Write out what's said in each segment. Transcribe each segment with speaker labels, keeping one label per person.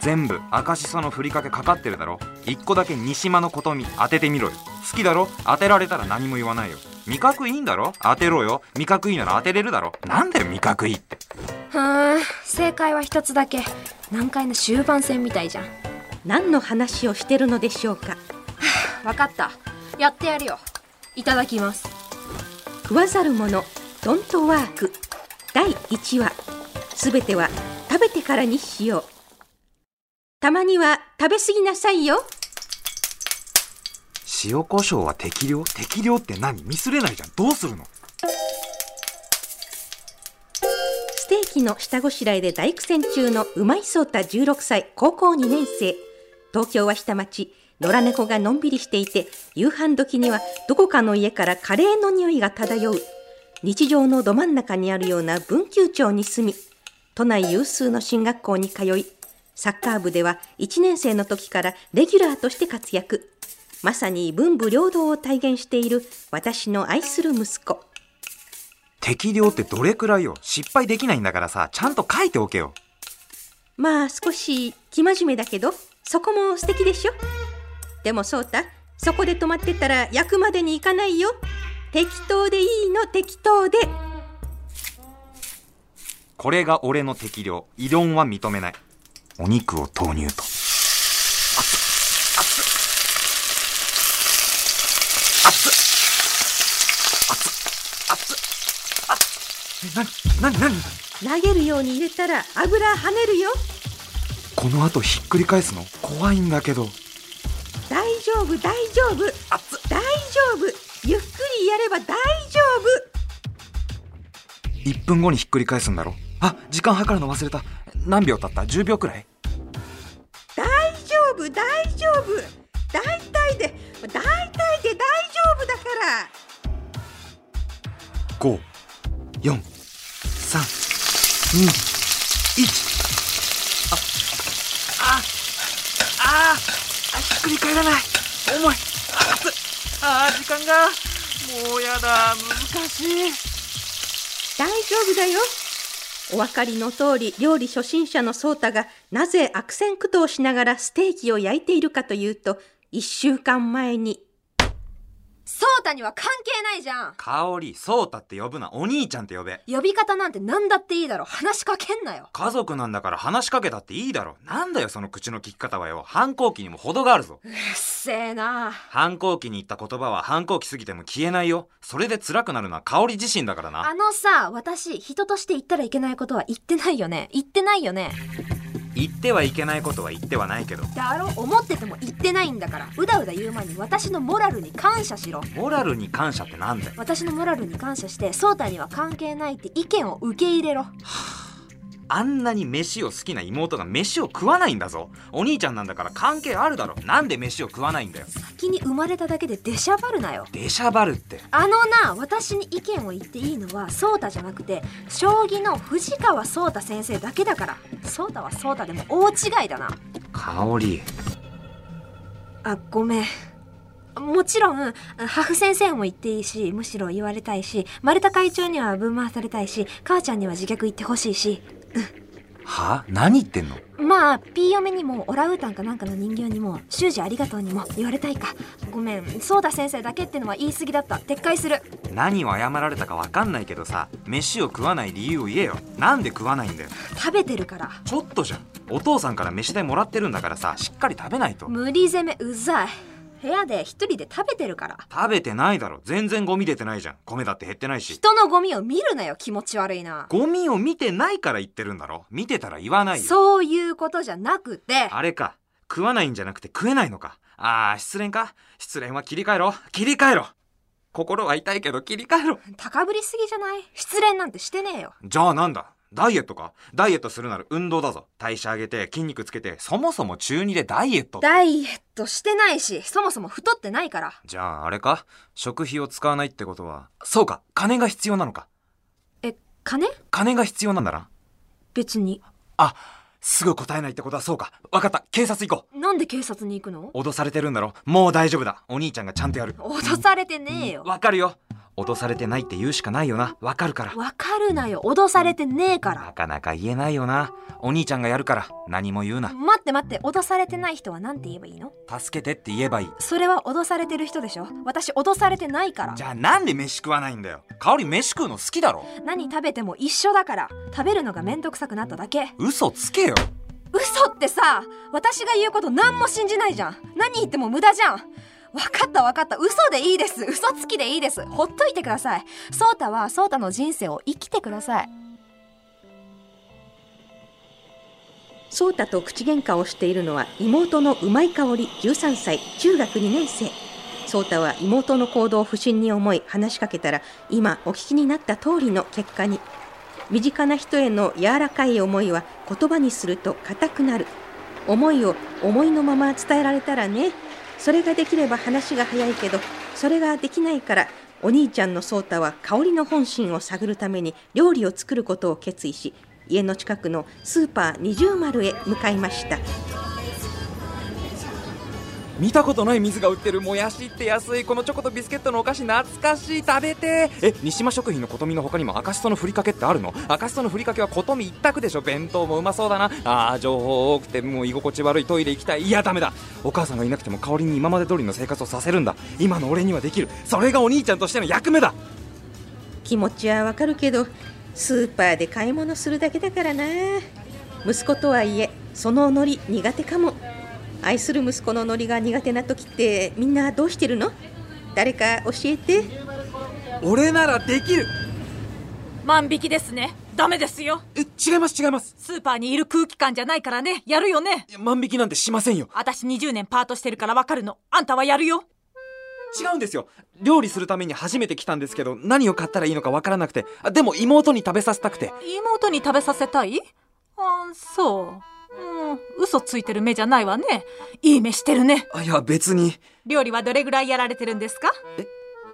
Speaker 1: 全部赤しそのふりかけかかってるだろ一個だけ三島のことみ当ててみろよ好きだろ当てられたら何も言わないよ味覚いいんだろ当てろよ味覚いいなら当てれるだろなんだよ味覚いいって
Speaker 2: はーん正解は一つだけ難解な終盤戦みたいじゃん
Speaker 3: 何の話をしてるのでしょうか
Speaker 2: わかったやってやるよいただきます
Speaker 3: 食わざる者ドントワーク第1話すべては食べてからにしようたまには食べ過ぎなさいよ
Speaker 1: 塩コショウは適量適量って何ミスれないじゃんどうするの
Speaker 3: ステーキの下ごしらえで大苦戦中の今井聡太16歳高校2年生東京は下町野良猫がのんびりしていて夕飯時にはどこかの家からカレーの匂いが漂う日常のど真ん中にあるような文久町に住み都内有数の進学校に通いサッカー部では1年生の時からレギュラーとして活躍まさに文武両道を体現している私の愛する息子
Speaker 1: 適量ってどれくらいよ失敗できないんだからさちゃんと書いておけよ
Speaker 3: まあ少し生真面目だけどそこも素敵でしょでもそうたそこで止まってたら焼くまでに行かないよ適当でいいの適当で
Speaker 1: これが俺の適量異論は認めないお肉を投入と熱っ熱っ熱っ熱っ熱っ熱っ熱っえ何何何
Speaker 3: 投げるように入れたら油跳ねるよ
Speaker 1: この後ひっくり返すの怖いんだけど
Speaker 3: 大丈夫大丈夫
Speaker 1: 熱っ
Speaker 3: 大丈夫ゆっくりやれば大丈夫
Speaker 1: 1分後にひっくり返すんだろあ時間計るの忘れた何秒経った10秒くらい
Speaker 3: 大丈夫大丈夫大体で大体で大丈夫だから
Speaker 1: 五、四、三、二、一。あ、あ、あ、あ、ひっくり返らない。重い。熱っあー、時間が。もうやだ、難しい。
Speaker 3: 大丈夫だよお分かりの通り料理初心者のソータがなぜ悪戦苦闘しながらステーキを焼いているかというと1週間前に
Speaker 2: ソータには関係ないじゃん
Speaker 1: 香り、そうたって呼ぶな、お兄ちゃんって呼べ。
Speaker 2: 呼び方なんて何だっていいだろ話しかけんなよ
Speaker 1: 家族なんだから話しかけたっていいだろ。なんだよ、その口の利き方はよ。反抗期にも程があるぞ。
Speaker 2: うっせえな
Speaker 1: 反抗期に言った言葉は反抗期すぎても消えないよ。それで辛くなるのは香り自身だからな。
Speaker 2: あのさ私人として言ったらいけないことは言ってないよね言ってないよね
Speaker 1: 言ってはいけないことは言ってはないけど
Speaker 2: だろ思ってても言ってないんだからうだうだ言う前に私のモラルに感謝しろ
Speaker 1: モラルに感謝ってなんだよ
Speaker 2: 私のモラルに感謝してソータには関係ないって意見を受け入れろ
Speaker 1: あんなに飯を好きな妹が飯を食わないんだぞお兄ちゃんなんだから関係あるだろなんで飯を食わないんだよ
Speaker 2: 先に生まれただけで出しゃばるなよ
Speaker 1: 出しゃばるって
Speaker 2: あのな私に意見を言っていいのはソータじゃなくて将棋の藤川ソータ先生だけだからソータはソータでも大違いだな
Speaker 1: 香り
Speaker 2: あごめんもちろんあハフ先生も言っていいしむしろ言われたいし丸田会長には分回されたいし母ちゃんには自虐言ってほしいし
Speaker 1: は何言ってんの
Speaker 2: まあピー嫁にもオランウータンかなんかの人形にも習字ありがとうにも言われたいかごめんソータ先生だけってのは言い過ぎだった撤回する
Speaker 1: 何を謝られたかわかんないけどさ飯を食わない理由を言えよなんで食わないんだよ
Speaker 2: 食べてるから
Speaker 1: ちょっとじゃんお父さんから飯代もらってるんだからさしっかり食べないと
Speaker 2: 無理攻めうざい部屋で一人で食べてるから
Speaker 1: 食べてないだろ全然ゴミ出てないじゃん米だって減ってないし
Speaker 2: 人のゴミを見るなよ気持ち悪いな
Speaker 1: ゴミを見てないから言ってるんだろ見てたら言わないよ
Speaker 2: そういうことじゃなくて
Speaker 1: あれか食わないんじゃなくて食えないのかああ失恋か失恋は切り替えろ切り替えろ心は痛いけど切り替えろ
Speaker 2: 高ぶりすぎじゃない失恋なんてしてねえよ
Speaker 1: じゃあなんだダイエットかダイエットするなら運動だぞ代謝上げて筋肉つけてそもそも中2でダイエット
Speaker 2: ダイエットしてないしそもそも太ってないから
Speaker 1: じゃああれか食費を使わないってことはそうか金が必要なのか
Speaker 2: え金
Speaker 1: 金が必要なんだな
Speaker 2: 別に
Speaker 1: あすぐ答えないってことはそうかわかった警察行こ
Speaker 2: なんで警察に行くの
Speaker 1: う脅されてるんだろもう大丈夫だお兄ちゃんがちゃんとやる
Speaker 2: 脅されてねえよ
Speaker 1: わかるよ脅されてないって言うしかないよなわかるから
Speaker 2: わかるなよ脅されてねえから
Speaker 1: なかなか言えないよなお兄ちゃんがやるから何も言うな
Speaker 2: 待って待って脅されてない人は何て言えばいいの
Speaker 1: 助けてって言えばいい
Speaker 2: それは脅されてる人でしょ私脅されてないから
Speaker 1: じゃあなんで飯食わないんだよ香り飯食うの好きだろ
Speaker 2: 何食べても一緒だから食べるのがめんどくさくなっただけ
Speaker 1: 嘘つけよ
Speaker 2: 嘘ってさ私が言うこと何も信じないじゃん何言っても無駄じゃん分かった分かった嘘でいいです嘘つきでいいですほっといてくださいソータはソータの人生を生きてください
Speaker 3: ソータと口喧嘩をしているのは妹のうまい香り13歳中学2年生ソータは妹の行動を不審に思い話しかけたら今お聞きになった通りの結果に身近な人への柔らかい思いは言葉にすると硬くなる思いを思いのまま伝えられたらねそれができれば話が早いけどそれができないからお兄ちゃんのソータは香りの本心を探るために料理を作ることを決意し家の近くのスーパー二重丸へ向かいました
Speaker 4: 見たことない水が売ってるもやしって安いこのチョコとビスケットのお菓子懐かしい食べて
Speaker 1: え西島食品のことみの他にも赤しそのふりかけってあるの赤しそのふりかけはことみ一択でしょ弁当もうまそうだなあー情報多くてもう居心地悪いトイレ行きたいいやダメだお母さんがいなくても香りに今まで通りの生活をさせるんだ今の俺にはできるそれがお兄ちゃんとしての役目だ
Speaker 3: 気持ちはわかるけどスーパーで買い物するだけだからな息子とはいえそのノリ苦手かも愛する息子のノリが苦手な時ってみんなどうしてるの誰か教えて
Speaker 4: 俺ならできる
Speaker 5: 万引きですねダメですよ
Speaker 4: え違います違います
Speaker 5: スーパーにいる空気感じゃないからねやるよね
Speaker 4: いや万引きなんてしませんよ
Speaker 5: 私20年パートしてるからわかるのあんたはやるよ
Speaker 4: 違うんですよ料理するために初めて来たんですけど何を買ったらいいのかわからなくてあでも妹に食べさせたくて
Speaker 5: 妹に食べさせたいあそううん嘘ついてる目じゃないわねいい目してるね
Speaker 4: あいや別に
Speaker 5: 料理はどれぐらいやられてるんですか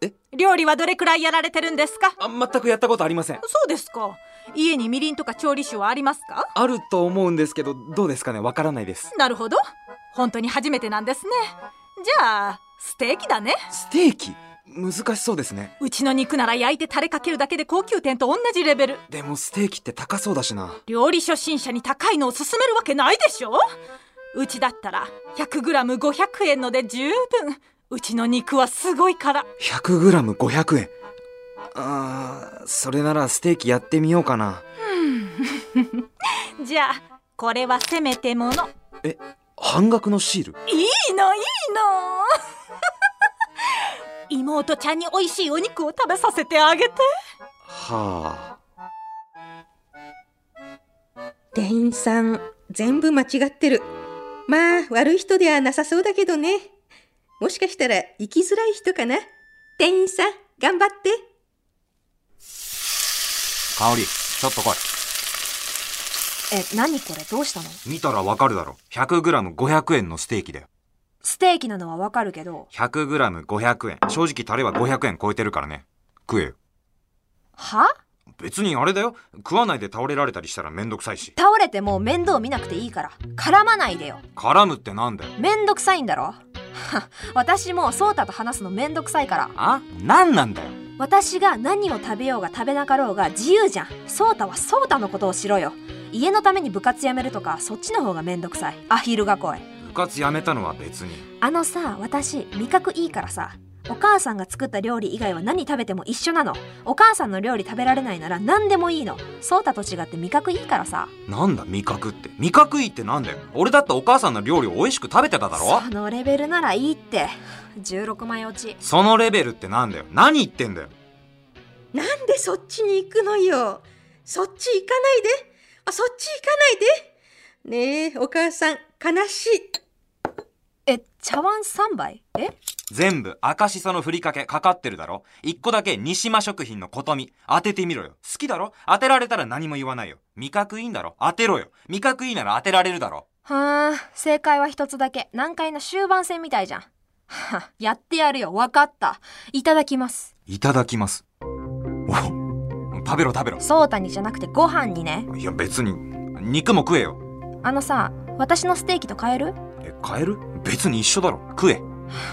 Speaker 4: え
Speaker 5: 料理はどれくらいやられてるんですか
Speaker 4: あ全くやったことありません
Speaker 5: そうですか家にみりんとか調理酒はありますか
Speaker 4: あると思うんですけどどうですかねわからないです
Speaker 5: なるほど本当に初めてなんですねじゃあステーキだね
Speaker 4: ステーキ難しそうですね
Speaker 5: うちの肉なら焼いてタレかけるだけで高級店と同じレベル
Speaker 4: でもステーキって高そうだしな
Speaker 5: 料理初心者に高いのを勧めるわけないでしょうちだったら 100g500 円ので十分うちの肉はすごいから
Speaker 4: 100g500 円あーそれならステーキやってみようかな
Speaker 5: じゃあこれはせめてもの
Speaker 4: 半額のシール
Speaker 5: いいのいいの 妹ちゃんに美味しいお肉を食べさせてあげて
Speaker 4: はあ
Speaker 3: 店員さん全部間違ってるまあ悪い人ではなさそうだけどねもしかしたら生きづらい人かな店員さん頑張って
Speaker 1: 香りちょっと来い
Speaker 2: え何これどうしたの
Speaker 1: 見たらわかるだろ 100g500 円のステーキだよ
Speaker 2: ステーキなのはわかるけど
Speaker 1: 100g500 円正直タレは500円超えてるからね食えよ
Speaker 2: は
Speaker 1: 別にあれだよ食わないで倒れられたりしたらめんどくさいし
Speaker 2: 倒れても面倒見なくていいから絡まないでよ
Speaker 1: 絡むってなんだよ
Speaker 2: めんどくさいんだろ 私もソータと話すのめんどくさいから
Speaker 1: あなんなんだよ
Speaker 2: 私が何を食べようが食べなかろうが自由じゃんソータはソータのことをしろよ家のために部活やめるとかそっちの方がめんどくさいアヒルが怖い
Speaker 1: 部活やめたのは別に
Speaker 2: あのさ私味覚いいからさお母さんが作った料理以外は何食べても一緒なのお母さんの料理食べられないなら何でもいいのソータと違って味覚いいからさ
Speaker 1: なんだ味覚って味覚いいってなんだよ俺だってお母さんの料理を美味しく食べてただろ
Speaker 2: そのレベルならいいって16枚落ち
Speaker 1: そのレベルってなんだよ何言ってんだよ
Speaker 3: なんでそっちに行くのよそっち行かないであそっち行かないでねえお母さん悲しい
Speaker 2: え茶碗3杯え
Speaker 1: 全部赤しそのふりかけかかってるだろ一個だけ西間食品のことみ当ててみろよ好きだろ当てられたら何も言わないよ味覚いいんだろ当てろよ味覚いいなら当てられるだろ
Speaker 2: はあ正解は一つだけ難解の終盤戦みたいじゃん はあやってやるよわかったいただきます
Speaker 1: いただきますお食べろ食べろ
Speaker 2: ソータにじゃなくてご飯にね
Speaker 1: いや別に肉も食えよ
Speaker 2: あのさ私のステーキと変える
Speaker 1: え買える別に一緒だろ食え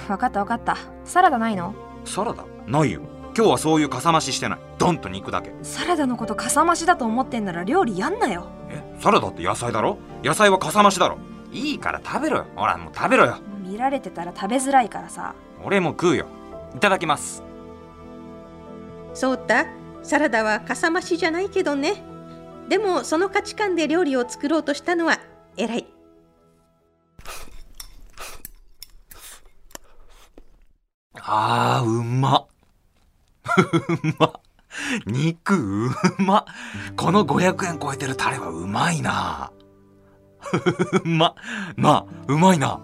Speaker 2: わかったわかったサラダないの
Speaker 1: サラダないよ今日はそういうかさ増ししてないドンと肉だけ
Speaker 2: サラダのことかさ増しだと思ってんなら料理やんなよ
Speaker 1: えサラダって野菜だろ野菜はかさ増しだろいいから食べろよほらもう食べろよ
Speaker 2: 見られてたら食べづらいからさ
Speaker 1: 俺も食うよいただきます
Speaker 3: そうたサラダはかさ増しじゃないけどねでもその価値観で料理を作ろうとしたのは偉い
Speaker 1: あーうま うま肉うまこの500円超えてるタレはうまいな うまなあうまいな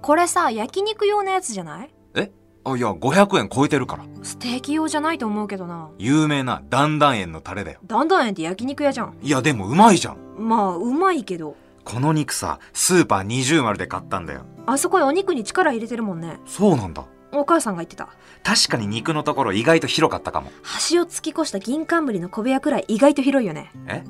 Speaker 2: これさ焼肉用のやつじゃない
Speaker 1: えあいや500円超えてるから
Speaker 2: ステーキ用じゃないと思うけどな
Speaker 1: 有名なだんだん園のタレだよ
Speaker 2: だんだん園って焼肉屋じゃん
Speaker 1: いやでもうまいじゃん
Speaker 2: まあうまいけど
Speaker 1: この肉さスーパー二重丸で買ったんだよ
Speaker 2: あそこへお肉に力入れてるもんね
Speaker 1: そうなんだ
Speaker 2: お母さんが言ってた
Speaker 1: 確かに肉のところ意外と広かったかも
Speaker 2: 端を突き越した銀冠の小部屋くらい意外と広いよね
Speaker 1: え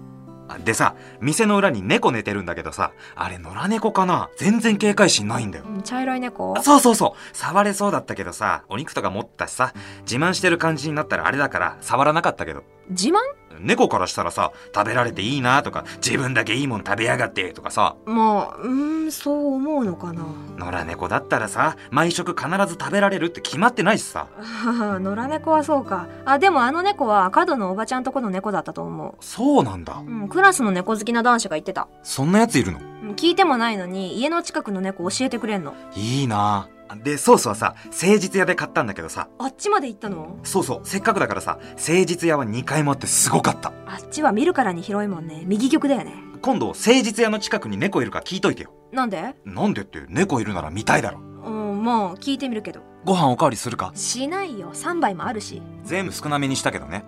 Speaker 1: あでさ店の裏に猫寝てるんだけどさあれ野良猫かな全然警戒心ないんだよ
Speaker 2: うん茶色い猫
Speaker 1: あそうそうそう触れそうだったけどさお肉とか持ったしさ自慢してる感じになったらあれだから触らなかったけど
Speaker 2: 自慢
Speaker 1: 猫からしたらさ食べられていいなとか自分だけいいもん食べやがってとかさ
Speaker 2: まあうーんそう思うのかな
Speaker 1: 野良猫だったらさ毎食必ず食べられるって決まってないしさ
Speaker 2: ああ野良猫はそうかあでもあの猫は角のおばちゃんとこの猫だったと思
Speaker 1: そうなんだ
Speaker 2: う、うん、クラスの猫好きな男子が言ってた
Speaker 1: そんなやついるの
Speaker 2: うん聞いてもないのに家の近くの猫教えてくれんの
Speaker 1: いいなあでソースはさ誠実屋で買ったんだけどさ
Speaker 2: あっちまで行ったの
Speaker 1: そうそうせっかくだからさ誠実屋は2回もあってすごかった
Speaker 2: あっちは見るからに広いもんね右曲だよね
Speaker 1: 今度誠実屋の近くに猫いるか聞いといてよ
Speaker 2: なんで
Speaker 1: なんでって猫いるなら見たいだろ
Speaker 2: うんまあ聞いてみるけど
Speaker 1: ご飯おかわりするか
Speaker 2: しないよ3杯もあるし
Speaker 1: 全部少なめにしたけどね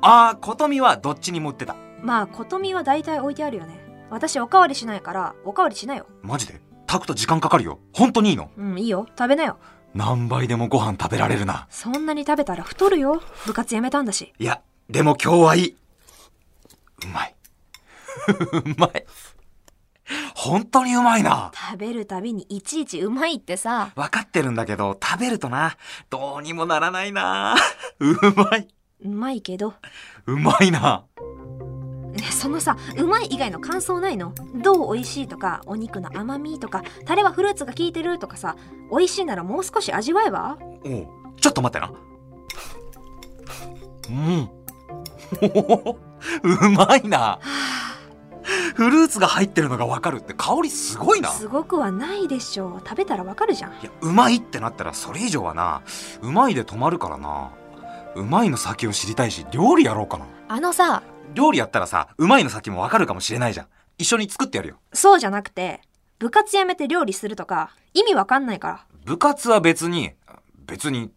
Speaker 1: ああ琴美はどっちにも売ってた
Speaker 2: まあ琴美は大体置いてあるよね私おかわりしないからおかわりしなよ
Speaker 1: マジで炊くと時間かかるよ本当にいいの
Speaker 2: うんいいよ食べなよ
Speaker 1: 何倍でもご飯食べられるな
Speaker 2: そんなに食べたら太るよ部活やめたんだし
Speaker 1: いやでも今日はいいうまい うまい本当にうまいな
Speaker 2: 食べるたびにいちいちうまいってさ
Speaker 1: 分かってるんだけど食べるとなどうにもならないなうまいう
Speaker 2: まいけど
Speaker 1: うまいな
Speaker 2: ねそのさうまい以外の感想ないのどう美味しいとかお肉の甘みとかタレはフルーツが効いてるとかさ美味しいならもう少し味わえば
Speaker 1: おうちょっと待ってなうん おおうまいなフルーツが入ってるのが分かるって香りすごいない
Speaker 2: すごくはないでしょう食べたらわかるじゃん
Speaker 1: やうまいってなったらそれ以上はなうまいで止まるからなうまいの先を知りたいし料理やろうかな
Speaker 2: あのさ
Speaker 1: 料理やったらさうまいの先も分かるかもしれないじゃん一緒に作ってやるよ
Speaker 2: そうじゃなくて部活やめて料理するとか意味わかんないから
Speaker 1: 部活は別に別に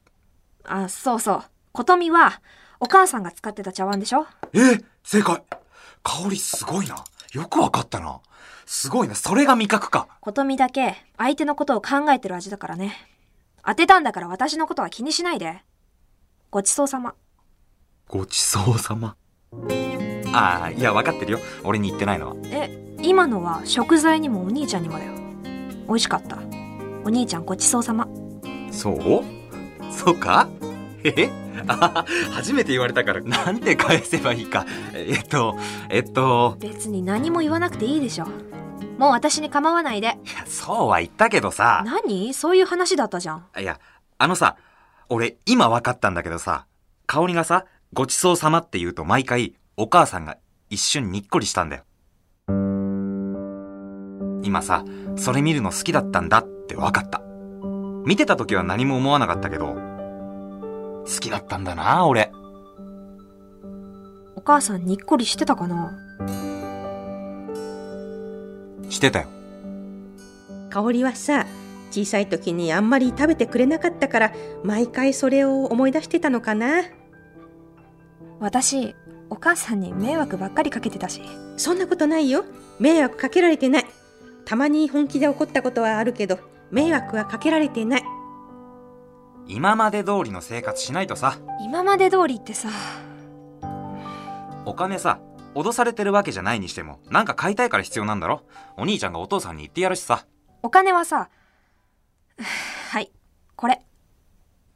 Speaker 2: あ、そうそう。琴美は、お母さんが使ってた茶碗でしょ
Speaker 1: え正解香りすごいなよく分かったなすごいなそれが味覚か
Speaker 2: 琴美だけ、相手のことを考えてる味だからね。当てたんだから私のことは気にしないで。ごちそうさま。
Speaker 1: ごちそうさまああいや分かってるよ俺に言ってないのは
Speaker 2: え、今のは食材にもお兄ちゃんにもだよ。美味しかった。お兄ちゃんごちそうさま。
Speaker 1: そうそうかえ あ初めて言われたからなんて返せばいいかえっとえっと
Speaker 2: 別に何も言わなくていいでしょ。もう私に構わないで。
Speaker 1: いやそうは言ったけどさ
Speaker 2: 何そういう話だったじゃん。
Speaker 1: いやあのさ俺今分かったんだけどさ香りがさ「ごちそうさま」って言うと毎回お母さんが一瞬にっこりしたんだよ今さそれ見るの好きだったんだって分かった見てた時は何も思わなかったけど好きだったんだな俺
Speaker 2: お母さんにっこりしてたかな
Speaker 1: してたよ
Speaker 3: 香りはさ小さい時にあんまり食べてくれなかったから毎回それを思い出してたのかな
Speaker 2: 私、お母さんに迷惑ばっかりかけてたし。
Speaker 3: そんなことないよ迷惑かけられてないたまに本気で怒ったことはあるけど迷惑はかけられてない
Speaker 1: 今まで通りの生活しないとさ
Speaker 2: 今まで通りってさ
Speaker 1: お金さ脅されてるわけじゃないにしてもなんか買いたいから必要なんだろお兄ちゃんがお父さんに言ってやるしさ
Speaker 2: お金はさ はいこれ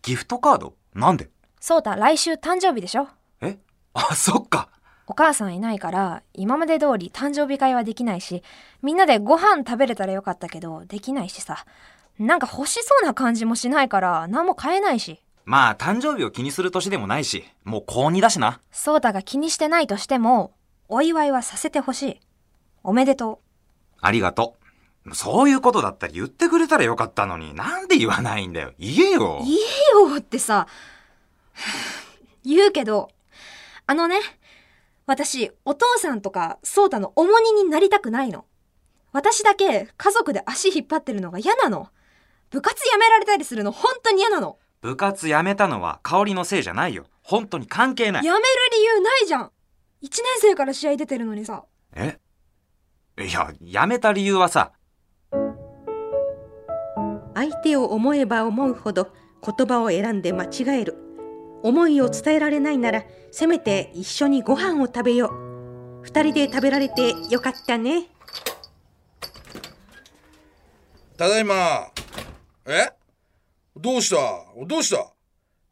Speaker 1: ギフトカードなんで
Speaker 2: そうた来週誕生日でしょ
Speaker 1: えあそっか
Speaker 2: お母さんいないから今まで通り誕生日会はできないしみんなでご飯食べれたらよかったけどできないしさなんか欲しそうな感じもしないから何も買えないし
Speaker 1: まあ誕生日を気にする年でもないしもう高2だしな
Speaker 2: ソータが気にしてないとしてもお祝いはさせてほしいおめでと
Speaker 1: ありがとうそういうことだったら言ってくれたらよかったのになんで言わないんだよ言えよ
Speaker 2: う言えよってさ言うけどあのね私お父さんとかソータの重荷になりたくないの私だけ家族で足引っ張ってるのが嫌なの部活やめられたりするの本当に嫌なの
Speaker 1: 部活やめたのは香りのせいじゃないよ本当に関係ない
Speaker 2: やめる理由ないじゃん1年生から試合出てるのにさ
Speaker 1: えいややめた理由はさ
Speaker 3: 相手を思えば思うほど言葉を選んで間違える思いを伝えられないならせめて一緒にご飯を食べよう二人で食べられてよかったね
Speaker 6: ただいま。えどうしたどうした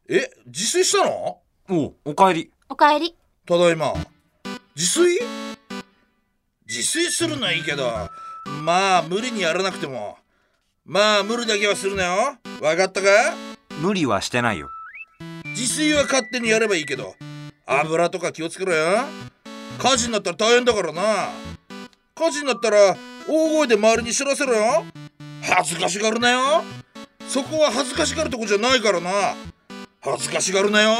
Speaker 6: え自炊したの
Speaker 1: おおかえり
Speaker 7: おかえり
Speaker 6: ただいま。自炊自炊するのはいいけど、まあ無理にやらなくても。まあ無理だけはするなよ。わかったか
Speaker 1: 無理はしてないよ
Speaker 6: 自炊は勝手にやればいいけど、油とか気をつけろよ。火事になったら大変だからな。火事になったら大声で周りに知らせろよ。恥ずかしがるなよ。そこは恥ずかしがるとこじゃないからな。恥ずかしがるなよ。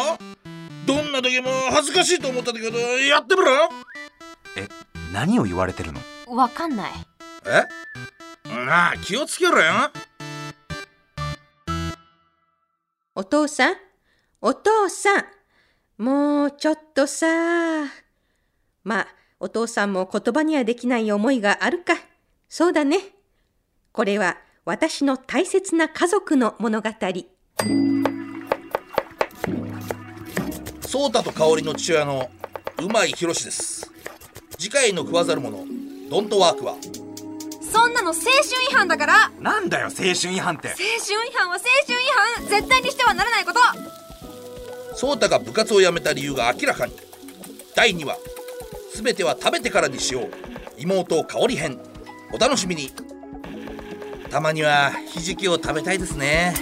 Speaker 6: どんな時も恥ずかしいと思ったけど、やってみろよ。
Speaker 1: 何を言われてるの
Speaker 7: わかんない
Speaker 6: えなあ気をつけろよ
Speaker 3: お父さんお父さんもうちょっとさまあお父さんも言葉にはできない思いがあるかそうだねこれは私の大切な家族の物語
Speaker 6: 颯太と香りの父親のうまいひろしです次回の食わざる者ドントワークは
Speaker 2: そんなの青春違反だから青
Speaker 1: なんだよ青春違反って
Speaker 2: 春違反は青春違反絶対にしてはならないこと
Speaker 6: 颯太が部活を辞めた理由が明らかに第2話全ては食べてからにしよう妹香り編お楽しみにたまにはひじきを食べたいですね